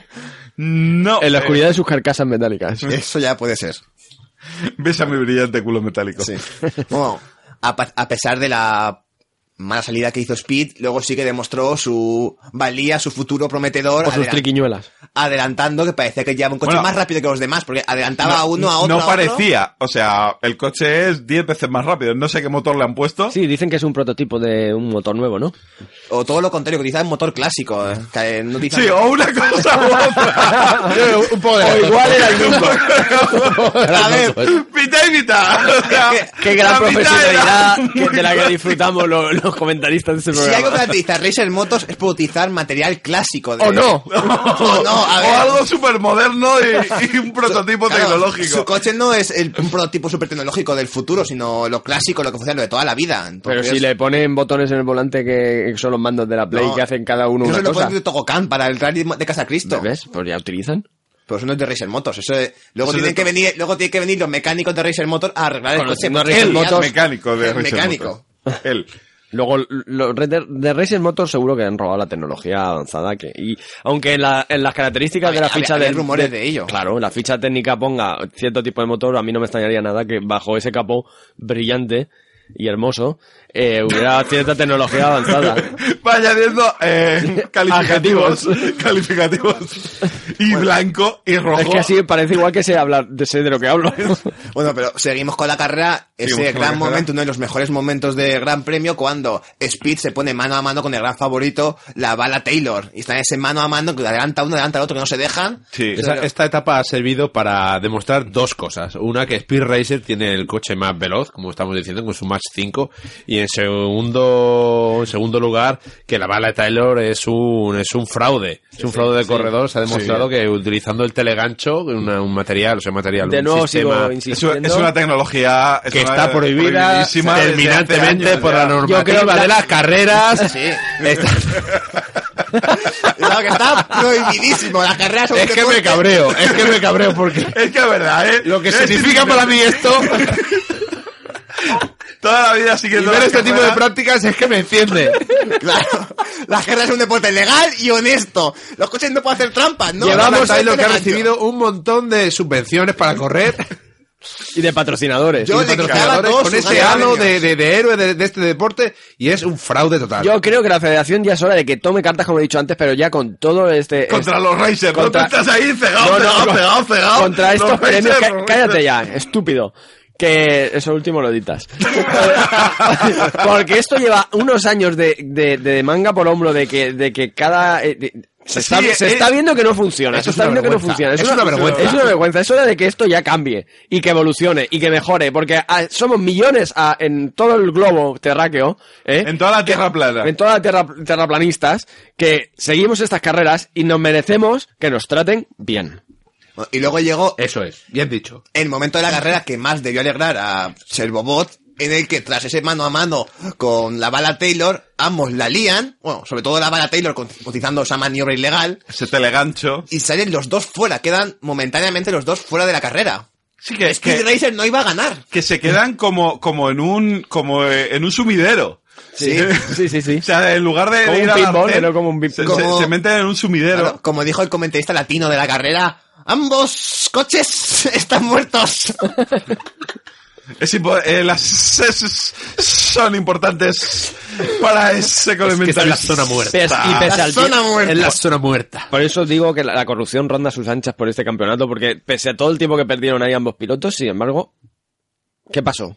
Speaker 3: No.
Speaker 2: En la
Speaker 3: eh,
Speaker 2: oscuridad de sus carcasas metálicas.
Speaker 5: Eso ya puede ser.
Speaker 3: Eh, (laughs) Besa mi brillante culo metálico.
Speaker 5: Sí. Bueno, a, pa- a pesar de la mala salida que hizo Speed, luego sí que demostró su valía, su futuro prometedor,
Speaker 2: Por sus
Speaker 5: adela-
Speaker 2: triquiñuelas.
Speaker 5: adelantando que parecía que llevaba un coche
Speaker 3: Bueno.
Speaker 5: más rápido que los demás, porque adelantaba a Ah, uno, a otro.
Speaker 3: No
Speaker 5: a otro.
Speaker 3: parecía. O sea, el coche es 10 veces más rápido. No sé qué motor le han puesto.
Speaker 2: Sí, dicen que es un prototipo de un motor nuevo, ¿no?
Speaker 5: O todo lo contrario, que utiliza un motor clásico. eh, que, eh, no utiliza-
Speaker 3: Sí, o una cosa u otra.
Speaker 2: (laughs)
Speaker 3: (laughs)
Speaker 4: un poco de
Speaker 2: O igual era el mismo.
Speaker 5: A ver,
Speaker 3: mitad y (laughs) mitad. O sea,
Speaker 5: Qué-
Speaker 2: Qué gran
Speaker 3: la mitad era
Speaker 2: profesionalidad
Speaker 3: muy
Speaker 2: que- de la que disfrutamos lo- los, comentaristas de ese
Speaker 5: si algo que
Speaker 2: programa.
Speaker 5: caracteriza a Racer Motos es por utilizar material clásico. De,
Speaker 2: o (laughs) no.
Speaker 5: O no, a ver.
Speaker 3: O algo súper moderno y, y un prototipo
Speaker 5: Claro, Su
Speaker 3: tecnológico.
Speaker 5: coche no es el, un prototipo super tecnológico del futuro, sino lo clásico, lo que funciona de toda la vida.
Speaker 2: Pero
Speaker 5: Entonces,
Speaker 2: si le ponen botones en el volante que son los mandos de la Play
Speaker 5: No.
Speaker 2: que hacen cada uno
Speaker 5: Eso
Speaker 2: una
Speaker 5: lo
Speaker 2: cosa.
Speaker 5: ponen de Togocan para el rally de Casa Cristo.
Speaker 2: ¿Ves? Pues ya utilizan.
Speaker 5: Pero eso no es de Racer Motors. Eso es- luego,
Speaker 3: Eso es
Speaker 5: tienen
Speaker 3: de
Speaker 5: que venir, luego tienen que venir los mecánicos de Racer Motors a arreglar el coche.
Speaker 2: Conociendo a
Speaker 5: porque
Speaker 2: Racer
Speaker 5: el
Speaker 2: Motors-
Speaker 3: mecánico de
Speaker 5: el
Speaker 3: Richard
Speaker 5: mecánico.
Speaker 3: Motors. Él.
Speaker 2: Luego, los Red Dead- de Racer Motors seguro que han robado la tecnología avanzada que, y aunque en, la- en las características
Speaker 5: Había-
Speaker 2: de la
Speaker 5: había-
Speaker 2: ficha
Speaker 5: había
Speaker 2: del-
Speaker 5: rumores de ello.
Speaker 2: Claro, la ficha técnica ponga cierto tipo de motor, a mí no me extrañaría nada que bajo ese capó brillante y hermoso eh, hubiera cierta tecnología
Speaker 5: (laughs)
Speaker 2: avanzada.
Speaker 3: Va añadiendo eh, calificativos. calificativos. Y blanco y rojo.
Speaker 2: Es que así parece igual que sé hablar, de- sé de lo que
Speaker 5: (laughs)
Speaker 2: hablo.
Speaker 5: Bueno, pero seguimos con la carrera. Ese
Speaker 3: Seguimos con la
Speaker 5: gran
Speaker 3: carrera.
Speaker 5: momento, uno de los mejores momentos de Gran Premio, cuando Speed se pone mano a mano con el gran favorito, la bala Taylor. Y está en ese mano a mano que adelanta uno, adelanta al otro, que no se dejan.
Speaker 3: Sí.
Speaker 4: Esa- esta etapa ha servido para demostrar dos cosas. Una, que Speed Racer tiene el coche más veloz, como estamos diciendo, con su Mach 5. Y en segundo, en segundo lugar, que la bala de Taylor es un, es un fraude. Es un fraude de corredor. Se ha demostrado que utilizando el telegancho, una- un material, o sea, material,
Speaker 2: De
Speaker 4: un
Speaker 2: nuevo
Speaker 4: sistema
Speaker 2: sigo
Speaker 3: Es una,
Speaker 2: insistiendo.
Speaker 3: es una tecnología es
Speaker 4: que
Speaker 3: una-
Speaker 4: está prohibida
Speaker 3: prohibidísima desde hace
Speaker 4: terminantemente
Speaker 3: años
Speaker 4: por
Speaker 3: ya.
Speaker 4: la normativa de las carreras.
Speaker 5: Sí. (laughs)
Speaker 4: (laughs)
Speaker 5: Claro que está prohibidísimo. La carrera según
Speaker 4: Es que me
Speaker 5: corte.
Speaker 4: cabreo, es que me cabreo porque
Speaker 3: Es que es verdad, ¿eh?
Speaker 4: lo que
Speaker 3: Es
Speaker 4: significa para mí
Speaker 3: (laughs)
Speaker 4: esto
Speaker 3: Toda la vida
Speaker 4: (laughs)
Speaker 3: siguiendo
Speaker 4: ver
Speaker 3: las
Speaker 4: este tipo de
Speaker 3: carreras.
Speaker 4: prácticas es que me enciende. (laughs)
Speaker 5: Claro. La carrera es un deporte legal y honesto. Los coches no pueden hacer trampas, ¿no?
Speaker 4: Llevamos
Speaker 5: Adelanta
Speaker 4: ahí lo
Speaker 5: el
Speaker 4: que ha
Speaker 5: telegancho.
Speaker 4: recibido un montón de subvenciones para correr.
Speaker 2: Y de patrocinadores.
Speaker 5: Yo
Speaker 4: y
Speaker 5: le quitaba
Speaker 4: patrocinadores
Speaker 5: todo
Speaker 4: con
Speaker 5: su
Speaker 4: ese
Speaker 5: gana,
Speaker 4: halo
Speaker 5: venga.
Speaker 4: de, de- de héroe de, de este deporte y es un fraude total.
Speaker 2: Yo creo que la federación ya es hora de que tome cartas, como he dicho antes, pero ya con todo este...
Speaker 3: Contra
Speaker 2: este-
Speaker 3: los Racers. No
Speaker 2: contra-
Speaker 3: te estás ahí
Speaker 2: No, no,
Speaker 3: cegado, cegado,
Speaker 2: con-
Speaker 3: cegado, cegado.
Speaker 2: Contra
Speaker 3: Los
Speaker 2: estos
Speaker 3: Racers,
Speaker 2: premios... ca-
Speaker 3: los
Speaker 2: cállate
Speaker 3: Racers.
Speaker 2: ya, estúpido. Que eso último lo
Speaker 4: (laughs)
Speaker 2: editas. Porque esto lleva unos años de, de- de manga por hombro de que, de que cada... eh, de- se,
Speaker 3: Sí,
Speaker 2: está, se
Speaker 3: eh,
Speaker 2: está viendo que no funciona,
Speaker 4: eso
Speaker 2: se
Speaker 4: es
Speaker 2: está
Speaker 4: una
Speaker 2: viendo que no
Speaker 4: vergüenza,
Speaker 2: funciona.
Speaker 4: es una vergüenza.
Speaker 2: Es una vergüenza, es hora de que esto ya cambie y que evolucione y que mejore, porque ah, somos millones ah, en todo el globo terráqueo, ¿eh?
Speaker 3: En toda la tierra plana.
Speaker 2: en todas las terra, terraplanistas que seguimos estas carreras y nos merecemos que nos traten bien.
Speaker 5: Y luego llegó
Speaker 4: Eso es, bien dicho.
Speaker 5: el momento de la carrera que más debió alegrar a Servobot, en el que tras ese mano a mano con la bala Taylor, ambos la lían, bueno, sobre todo la bala Taylor con- utilizando esa maniobra ilegal,
Speaker 3: Ese telegancho.
Speaker 5: y salen los dos fuera, quedan momentáneamente los dos fuera de la carrera.
Speaker 3: Sí, que,
Speaker 5: Speed
Speaker 3: que,
Speaker 5: Racer no iba a ganar.
Speaker 3: que se quedan como, como en un, como eh, en un sumidero.
Speaker 5: Sí.
Speaker 2: sí, sí, sí.
Speaker 3: (laughs) O sea, en lugar de,
Speaker 2: Como
Speaker 3: de
Speaker 2: un
Speaker 3: ir a
Speaker 2: pinball,
Speaker 3: la
Speaker 2: pero como un pin-
Speaker 3: se,
Speaker 5: como-
Speaker 3: se- se meten en un
Speaker 5: Claro,
Speaker 3: sumidero.
Speaker 5: como dijo el comentarista latino de la carrera, ambos coches (laughs) están muertos.
Speaker 3: Es impo- eh, las S son importantes para ese comentarista.
Speaker 2: Pes- y pese
Speaker 5: La
Speaker 2: al
Speaker 5: zona
Speaker 2: tie-
Speaker 5: muerta.
Speaker 2: en la-
Speaker 4: zona muerta.
Speaker 2: Por eso digo que la, la corrupción ronda sus anchas por este campeonato, porque pese a todo el tiempo que perdieron ahí ambos pilotos, sin embargo, ¿qué pasó?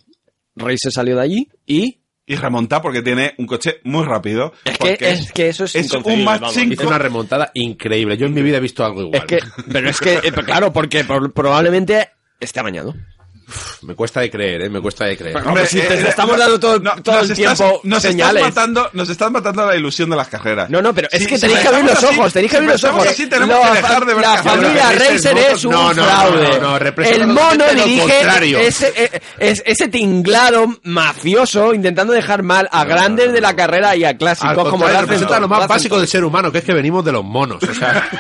Speaker 2: Rey se salió de allí y
Speaker 3: Y remonta porque tiene un coche muy rápido.
Speaker 2: es que,
Speaker 3: porque
Speaker 2: es que eso es,
Speaker 3: es
Speaker 2: inconcebible,
Speaker 3: un Mach
Speaker 2: vamos.
Speaker 3: 5.
Speaker 4: Hizo una remontada increíble. Yo en mi vida he visto algo igual.
Speaker 2: Es que, pero es que, eh, claro, porque por- probablemente esté amañado.
Speaker 4: Me cuesta de creer, ¿eh? me cuesta de creer.
Speaker 2: Hombre, si te estamos
Speaker 3: eh, no,
Speaker 2: dando todo- todo
Speaker 3: nos
Speaker 2: el tiempo
Speaker 3: nos
Speaker 2: señales.
Speaker 3: Estás matando, nos estás matando la ilusión de las carreras.
Speaker 2: No, no, pero es
Speaker 3: Si-
Speaker 2: que
Speaker 3: si
Speaker 2: tenéis que abrir los
Speaker 3: estamos así,
Speaker 2: ojos, tenéis que
Speaker 3: si
Speaker 2: abrir los
Speaker 3: estamos
Speaker 2: ojos.
Speaker 3: así, tenemos
Speaker 2: La
Speaker 3: que dejar de ver
Speaker 2: fa- la
Speaker 3: carreras.
Speaker 2: familia
Speaker 4: Pero Racer
Speaker 2: Racer es
Speaker 4: Motos-
Speaker 2: un
Speaker 4: no, no,
Speaker 2: fraude.
Speaker 4: no, no, no, representa
Speaker 2: el mono
Speaker 4: totalmente lo contrario.
Speaker 2: dirige ese, eh, es- ese tinglado mafioso intentando dejar mal a grandes de la carrera y a
Speaker 4: Al
Speaker 2: clásicos como
Speaker 4: contrario,
Speaker 2: Racing
Speaker 4: representa
Speaker 2: Top.
Speaker 4: lo más
Speaker 2: Racing
Speaker 4: básico del ser humano, que es que venimos de los monos. O sea,
Speaker 2: Top.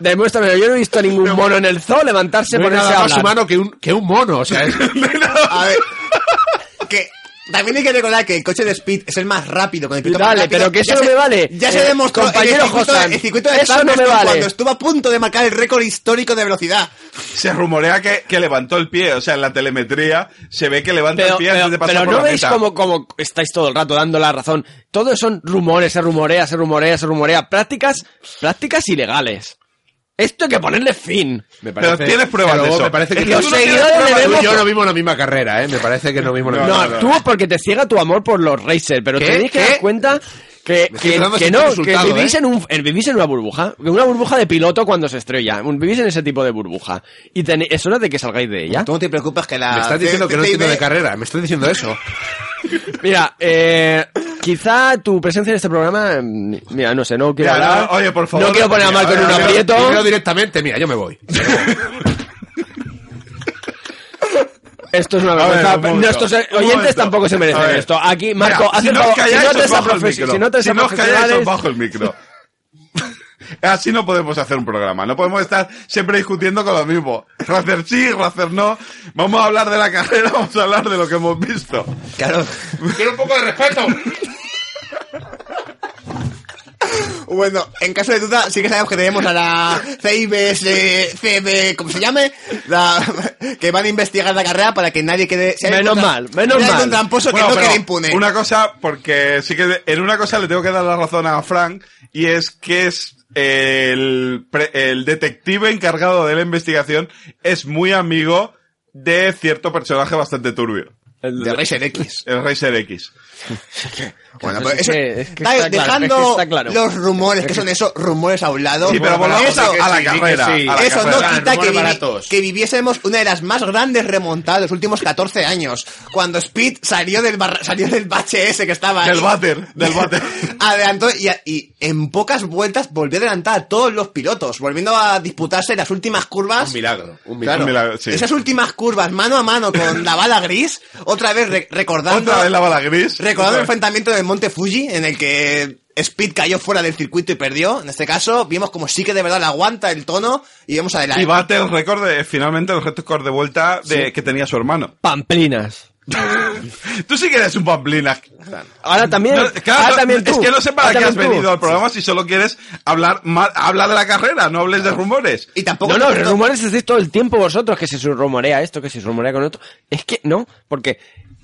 Speaker 2: Demuéstramelo, yo no he visto a ningún mono en el zoo levantarse
Speaker 4: no hay
Speaker 2: por ese
Speaker 4: nada más
Speaker 2: hablar.
Speaker 4: humano que un, que un mono. O sea, es-
Speaker 5: A ver, que También hay que recordar que el coche de Speed es el más rápido con el
Speaker 2: Dale,
Speaker 5: piloto más rápido.
Speaker 2: pero que eso
Speaker 5: Ya
Speaker 2: no
Speaker 5: se-
Speaker 2: me vale.
Speaker 5: Ya se
Speaker 2: Eh,
Speaker 5: demostró
Speaker 2: compañero
Speaker 5: en el circuito,
Speaker 2: Hosan,
Speaker 5: el circuito de
Speaker 2: eso
Speaker 5: Spa
Speaker 2: no me
Speaker 5: Silverstone
Speaker 2: vale.
Speaker 5: cuando estuvo a punto de marcar el récord histórico de velocidad.
Speaker 3: Se rumorea que, que levantó el pie, o sea, en la telemetría se ve que levanta el
Speaker 2: Pero,
Speaker 3: pie
Speaker 2: pero-
Speaker 3: antes de pasar
Speaker 2: pero
Speaker 3: por
Speaker 2: no
Speaker 3: la
Speaker 2: veis
Speaker 3: meta.
Speaker 2: como, como estáis todo el rato dando la razón. Todos son rumores, se rumorea, se rumorea, se rumorea. Prácticas, prácticas ilegales. Esto hay que ponerle fin.
Speaker 4: Me
Speaker 3: Pero tienes pruebas
Speaker 4: pero
Speaker 3: de eso.
Speaker 4: Me parece que
Speaker 3: Es
Speaker 2: que los
Speaker 4: tú no tienes
Speaker 2: seguidores
Speaker 4: pruebas,
Speaker 2: le
Speaker 4: tú y
Speaker 2: vemos-
Speaker 4: yo no vimos la misma carrera, ¿eh? Me parece que no vimos la
Speaker 2: No,
Speaker 4: misma
Speaker 2: tú porque te ciega tu amor por los racers, pero
Speaker 5: ¿Qué?
Speaker 2: tenéis que
Speaker 5: ¿Qué?
Speaker 2: dar cuenta que,
Speaker 5: Me estoy
Speaker 2: que,
Speaker 5: quedando
Speaker 2: que
Speaker 5: sin
Speaker 2: no, que
Speaker 5: resultado,
Speaker 2: vivís,
Speaker 5: ¿eh?
Speaker 2: en un, eh, vivís en una burbuja, una burbuja de piloto cuando se estrella, un- vivís en ese tipo de burbuja. Y tené- es hora de que salgáis de ella.
Speaker 5: Tú no te preocupes que la...
Speaker 4: Me estás diciendo que no
Speaker 5: CCTV
Speaker 4: entiendo de carrera, me estás diciendo eso.
Speaker 2: Mira, eh, quizá tu presencia en este programa, mm, mira, no sé, no quiero
Speaker 3: Mira,
Speaker 2: hablar,
Speaker 3: no, oye, por favor,
Speaker 2: no quiero poner a
Speaker 3: mira,
Speaker 2: Marco en
Speaker 3: oye,
Speaker 2: un
Speaker 3: oye,
Speaker 2: aprieto.
Speaker 4: Primero directamente, mira, yo me voy.
Speaker 2: Esto es una
Speaker 3: ver,
Speaker 2: vergüenza.
Speaker 3: un momento.
Speaker 2: Nuestros eh,
Speaker 3: Un
Speaker 2: oyentes
Speaker 3: momento.
Speaker 2: tampoco se
Speaker 3: A
Speaker 2: merecen
Speaker 3: ver.
Speaker 2: esto. Aquí, Marco,
Speaker 3: Mira,
Speaker 2: haz
Speaker 3: si
Speaker 2: el
Speaker 3: no os
Speaker 2: favor, si
Speaker 3: calláis,
Speaker 2: no
Speaker 3: os
Speaker 2: te
Speaker 3: bajo el
Speaker 2: desaprofes-
Speaker 3: micro.
Speaker 2: si no te
Speaker 3: Si no os calláis,
Speaker 2: desaprofesionales-
Speaker 3: os bajo el micro. (laughs) Así no podemos hacer un programa, no podemos estar siempre discutiendo con lo mismo. Racer sí, Racer no. Vamos a hablar de la carrera, (laughs) vamos a hablar de lo que hemos visto.
Speaker 5: Claro.
Speaker 4: Quiero un poco de respeto.
Speaker 5: Bueno, en caso de duda, sí que sabemos que tenemos a la CIBS, eh, CB, como se llame, la- que van a investigar la carrera para que nadie quede... si hay
Speaker 2: Menos
Speaker 5: algún tra-
Speaker 2: mal, menos
Speaker 5: si hay
Speaker 2: mal.
Speaker 5: algún tramposo
Speaker 3: Bueno,
Speaker 5: Pues que no
Speaker 3: pero
Speaker 5: quede impune.
Speaker 3: Una cosa, porque sí que en una cosa le tengo que dar la razón a Frank, y es que es el, pre- el detective encargado de la investigación es muy amigo de cierto personaje bastante turbio,
Speaker 5: De Racer X.
Speaker 3: el Racer X.
Speaker 5: Bueno,
Speaker 2: Es
Speaker 5: pero eso...
Speaker 2: que- es que
Speaker 5: da-
Speaker 2: está claro,
Speaker 5: dejando
Speaker 2: es que está claro.
Speaker 5: los rumores, que son esos rumores a un lado.
Speaker 3: Sí, pero volvamos
Speaker 5: eso,
Speaker 3: a, a la
Speaker 4: sí, que
Speaker 3: carrera.
Speaker 4: sí.
Speaker 3: a la
Speaker 5: eso no
Speaker 3: carrera.
Speaker 4: Ah,
Speaker 5: quita que,
Speaker 4: rumores
Speaker 5: vivi-
Speaker 4: baratos.
Speaker 5: que viviésemos una de las más grandes remontadas de los últimos 14 años, cuando Speed salió del, barra- salió del bache ese que estaba ahí.
Speaker 3: Del váter, del (laughs) váter.
Speaker 5: (laughs) Adelantó y, y en pocas vueltas volvió a adelantar a todos los pilotos, volviendo a disputarse las últimas curvas.
Speaker 4: Un milagro, un milagro.
Speaker 5: Claro,
Speaker 3: un milagro, sí.
Speaker 5: Esas últimas curvas mano a mano con la bala gris, otra vez re- recordando,
Speaker 3: Otra vez la bala gris.
Speaker 5: recordando el
Speaker 3: Otra vez.
Speaker 5: enfrentamiento del Monte Fuji en el que Speed cayó fuera del circuito y perdió. En este caso, vimos como sí que de verdad le aguanta el tono y vemos adelante.
Speaker 3: Y bate el récord de, finalmente el récord de vuelta de, que tenía su hermano.
Speaker 2: Pamplinas.
Speaker 3: Tú sí que eres un pamplina.
Speaker 2: Ahora también,
Speaker 3: No, claro,
Speaker 4: Ah,
Speaker 2: ahora también
Speaker 3: es
Speaker 2: tú.
Speaker 3: que no sé para
Speaker 2: Ahora
Speaker 3: qué has
Speaker 2: también tú.
Speaker 3: venido al programa si solo quieres hablar mal, habla de la carrera, no hables de rumores.
Speaker 5: Y tampoco.
Speaker 2: No, no,
Speaker 5: no-
Speaker 2: rumores decís todo el tiempo vosotros que se rumorea esto, que se rumorea con otro. Es que no, porque,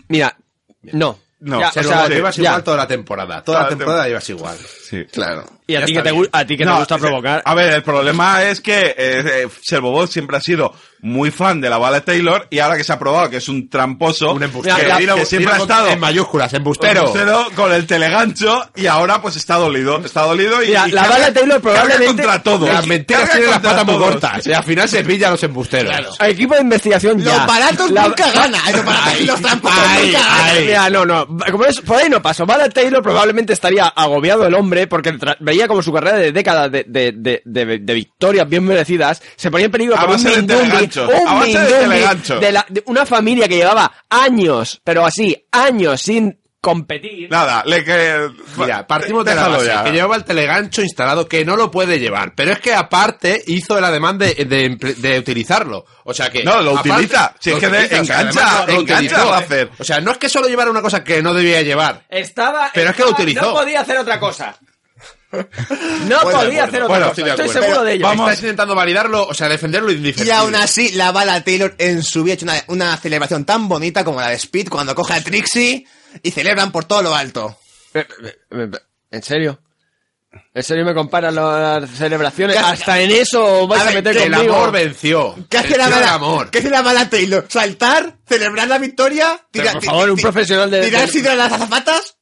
Speaker 2: mira, no.
Speaker 3: No,
Speaker 2: Ya,
Speaker 3: se
Speaker 2: o
Speaker 4: Se
Speaker 2: sea,
Speaker 4: lo llevas
Speaker 2: ya.
Speaker 4: igual toda la temporada. Toda la temporada llevas igual.
Speaker 3: Sí.
Speaker 5: Claro.
Speaker 2: Y a ti
Speaker 4: Ya
Speaker 2: que,
Speaker 4: está
Speaker 2: te,
Speaker 4: bien.
Speaker 2: gu- a ti que te
Speaker 3: No,
Speaker 2: gusta
Speaker 3: es que-
Speaker 2: provocar.
Speaker 3: A ver, el problema es que eh, eh, Servobot siempre ha sido muy fan de la bala Taylor y ahora que se ha probado que es un tramposo,
Speaker 4: Un
Speaker 2: Mira,
Speaker 3: que,
Speaker 4: embustero.
Speaker 3: dilo- que siempre ha
Speaker 4: Dilo con-
Speaker 3: estado
Speaker 4: En mayúsculas, embustero.
Speaker 2: Pues,
Speaker 3: Cero con el telegancho y ahora pues está dolido, está dolido y,
Speaker 2: Mira,
Speaker 3: y
Speaker 2: la bala Taylor
Speaker 3: carga
Speaker 2: probablemente-
Speaker 3: contra todo.
Speaker 4: Las mentiras
Speaker 3: Carga
Speaker 4: tienen las
Speaker 3: contra
Speaker 4: patas muy
Speaker 3: todos.
Speaker 4: cortas. ¿eh? Y al final se pilla a los embusteros.
Speaker 2: Equipo de investigación
Speaker 5: Los
Speaker 2: ya.
Speaker 5: baratos
Speaker 2: La- (laughs)
Speaker 5: nunca ganan. Los baratos y los tramposos
Speaker 2: Ay,
Speaker 5: nunca ganan.
Speaker 2: ay. Mira, no, no. Como es, por ahí no pasó. Bala Taylor probablemente estaría agobiado el hombre porque tra- veía como su carrera de décadas de, de, de, de- de victorias bien merecidas se ponía en peligro
Speaker 3: A
Speaker 2: por un
Speaker 3: base de
Speaker 2: mindumbi.
Speaker 3: teleganchos, a
Speaker 2: Un
Speaker 3: base de
Speaker 2: mindumbi
Speaker 3: teleganchos.
Speaker 2: de, la- de una familia que llevaba años, pero así, años sin competir.
Speaker 3: Nada, le que
Speaker 4: Mira, partimos de la
Speaker 3: Déjalo
Speaker 4: base,
Speaker 3: ya.
Speaker 4: que llevaba el telegancho instalado, que no lo puede llevar. Pero es que aparte hizo la demanda de, de emple- de utilizarlo. O sea que...
Speaker 3: No, lo
Speaker 4: aparte-
Speaker 3: utiliza. Si es
Speaker 4: lo
Speaker 3: que de-
Speaker 4: utiliza, o sea,
Speaker 3: engancha,
Speaker 4: además lo- lo
Speaker 3: engancha
Speaker 4: utilizó,
Speaker 3: a
Speaker 4: ¿eh?
Speaker 3: hacer.
Speaker 4: O sea, no es que solo llevara una cosa que no debía llevar.
Speaker 2: Estaba.
Speaker 4: Pero es que lo
Speaker 2: estaba-
Speaker 4: utilizó.
Speaker 2: No podía hacer otra
Speaker 4: (laughs)
Speaker 2: cosa. No
Speaker 4: Bueno,
Speaker 2: podía
Speaker 4: bueno,
Speaker 2: hacer otra
Speaker 4: bueno,
Speaker 2: cosa.
Speaker 4: estoy de
Speaker 2: Estoy,
Speaker 4: acuerdo.
Speaker 2: seguro
Speaker 4: Pero
Speaker 2: de ello.
Speaker 4: Vamos. Está intentando validarlo, o sea, defenderlo
Speaker 5: Y
Speaker 4: indefendible.
Speaker 5: aún así, la bala Taylor en su vida ha hecho una, una celebración tan bonita como la de Speed cuando coge a Trixie y celebran por todo lo alto.
Speaker 2: Eh, eh, eh, ¿En serio? ¿En serio me comparan las celebraciones? Hasta en eso vais a,
Speaker 5: A ver,
Speaker 2: meter
Speaker 4: Que el
Speaker 2: conmigo.
Speaker 4: amor venció.
Speaker 5: ¿Qué hace, la
Speaker 4: Venció el
Speaker 5: bala,
Speaker 4: amor.
Speaker 5: ¿Qué hace la bala Taylor? ¿Saltar? ¿Celebrar la victoria?
Speaker 2: Pero, por favor, un
Speaker 5: ti-
Speaker 2: profesional de-
Speaker 5: ¿Tirar
Speaker 2: de-
Speaker 5: sidra a las azafatas?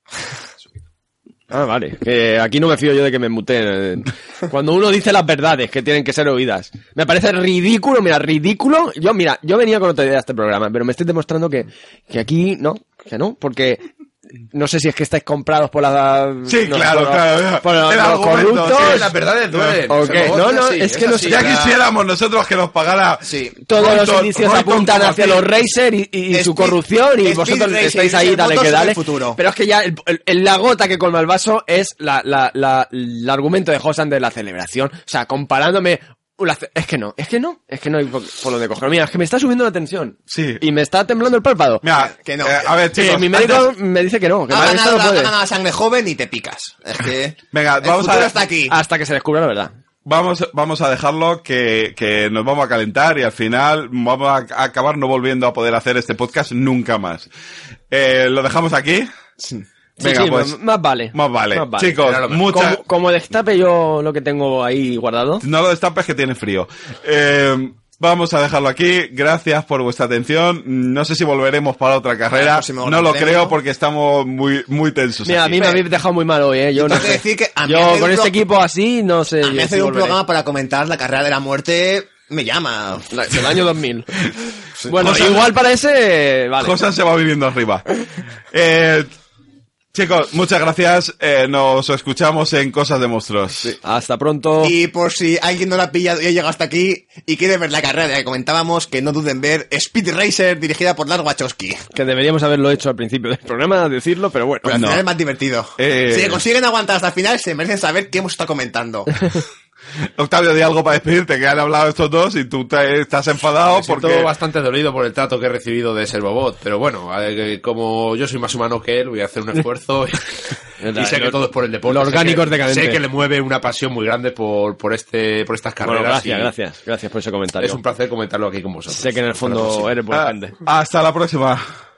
Speaker 2: Ah, vale. Que aquí no me fío yo de que me muteen. eh. Cuando uno dice las verdades que tienen que ser oídas. Me parece ridículo, mira, ridículo. Yo, mira, yo venía con otra idea a este programa, pero me estoy demostrando que, que aquí no, que no, porque no sé si es que estáis comprados por la...
Speaker 3: Sí,
Speaker 2: no,
Speaker 3: claro,
Speaker 2: por-
Speaker 3: claro.
Speaker 2: Por
Speaker 3: El
Speaker 2: los
Speaker 3: argumento,
Speaker 2: corruptos.
Speaker 3: sí,
Speaker 4: Las verdades duelen.
Speaker 2: Ok,
Speaker 4: O sea,
Speaker 2: no, no,
Speaker 4: así,
Speaker 2: es que no
Speaker 4: así.
Speaker 2: sé-
Speaker 3: ya
Speaker 4: La-
Speaker 3: quisiéramos nosotros que nos pagara
Speaker 5: Sí.
Speaker 2: Todos los
Speaker 3: Royton-
Speaker 2: indicios
Speaker 3: Royton
Speaker 2: apuntan
Speaker 3: como
Speaker 2: hacia
Speaker 3: a ti.
Speaker 2: los Racer y, y su
Speaker 5: Speed-
Speaker 2: corrupción y
Speaker 5: Speed
Speaker 2: vosotros
Speaker 5: Racer,
Speaker 2: estáis ahí,
Speaker 5: Racer
Speaker 2: dale
Speaker 5: Motos
Speaker 2: que
Speaker 5: en
Speaker 2: dale.
Speaker 5: el futuro.
Speaker 2: Pero es que ya el- el- el- la gota que colma el vaso es la, la- la- el argumento de Hosan de la celebración. O sea, comparándome Una ce- Es que no, es que no, es que no hay por, por donde coger. Mira, es que me está subiendo la tensión.
Speaker 3: Sí.
Speaker 2: Y me está temblando el párpado.
Speaker 3: Mira,
Speaker 5: Que no.
Speaker 3: eh, a ver,
Speaker 2: Sí,
Speaker 3: chicos,
Speaker 2: mi médico
Speaker 3: antes-
Speaker 2: me dice que no, que
Speaker 5: Ha
Speaker 2: mal, esto
Speaker 5: ganado,
Speaker 2: no
Speaker 5: la- ha
Speaker 2: puede.
Speaker 5: ganado la sangre joven y te picas. Es
Speaker 2: (laughs)
Speaker 5: que.
Speaker 3: Venga,
Speaker 5: el
Speaker 3: vamos a
Speaker 5: futuro
Speaker 3: ver.
Speaker 5: está aquí.
Speaker 2: Hasta que se descubra la verdad.
Speaker 3: Vamos, vamos a dejarlo que, que nos vamos a calentar y al final vamos a acabar no volviendo a poder hacer este podcast nunca más. Eh, lo dejamos aquí.
Speaker 2: Sí,
Speaker 3: Venga,
Speaker 2: sí,
Speaker 3: pues.
Speaker 2: más vale.
Speaker 3: Más vale. Chicos,
Speaker 2: Era lo mejor.
Speaker 3: muchas-
Speaker 2: Como, como destape yo lo que tengo ahí guardado.
Speaker 3: No lo destapes que tiene frío. Eh, vamos a dejarlo aquí. Gracias por vuestra atención. No sé si volveremos para otra
Speaker 5: Para
Speaker 3: carrera.
Speaker 5: el próximo
Speaker 3: No lo
Speaker 5: Gran
Speaker 3: creo
Speaker 5: Premio.
Speaker 3: porque estamos muy, muy tensos.
Speaker 2: Mira, a
Speaker 3: aquí.
Speaker 2: mí me habéis dejado muy mal hoy, ¿eh? Yo no
Speaker 5: Tengo que
Speaker 2: sé.
Speaker 5: decir que a mí
Speaker 2: yo
Speaker 5: hacer
Speaker 2: con
Speaker 5: un
Speaker 2: este
Speaker 5: pro-
Speaker 2: equipo así no sé.
Speaker 5: A mí
Speaker 2: yo
Speaker 5: hacer
Speaker 2: si
Speaker 5: un
Speaker 2: volveré.
Speaker 5: programa para comentar la carrera de la muerte me llama.
Speaker 2: La- Del año 2000. Bueno,
Speaker 3: Cosas-
Speaker 2: igual para ese, vale.
Speaker 3: Cosas se va viniendo arriba. Eh, chicos, muchas gracias. Eh, nos escuchamos en Cosas de Monstruos.
Speaker 2: Hasta pronto.
Speaker 5: Y por si alguien no la ha pillado y ha llegado hasta aquí y quiere ver la carrera de la que comentábamos, que no duden en ver Speed Racer dirigida por Lars Wachowski.
Speaker 2: Que deberíamos haberlo hecho al principio del programa, decirlo, pero bueno.
Speaker 5: Pero al
Speaker 3: No.
Speaker 5: final es más divertido.
Speaker 3: Eh.
Speaker 5: Si consiguen aguantar hasta el final, se merecen saber qué hemos estado comentando.
Speaker 3: Octavio, di algo para despedirte, que han hablado estos dos y tú te- estás
Speaker 2: Oh,
Speaker 3: enfadado
Speaker 4: Porque...
Speaker 3: porque...
Speaker 4: bastante dolido por el trato que he recibido de Servobot, pero bueno, a ver, que como yo soy más humano que él, voy a
Speaker 2: (laughs)
Speaker 4: hacer un esfuerzo y, y sé que todo es por el deporte.
Speaker 2: Lo
Speaker 4: sé
Speaker 2: orgánico
Speaker 4: que-
Speaker 2: es decadente.
Speaker 4: Sé que le mueve una pasión muy grande por, por este por estas carreras.
Speaker 2: Bueno, gracias,
Speaker 4: y
Speaker 2: gracias. Gracias por ese comentario.
Speaker 4: Es un placer comentarlo aquí con vosotros.
Speaker 2: Sé que en el
Speaker 4: Para
Speaker 2: fondo
Speaker 4: vosotros.
Speaker 2: eres buena
Speaker 3: Ah,
Speaker 2: gente.
Speaker 3: hasta la próxima.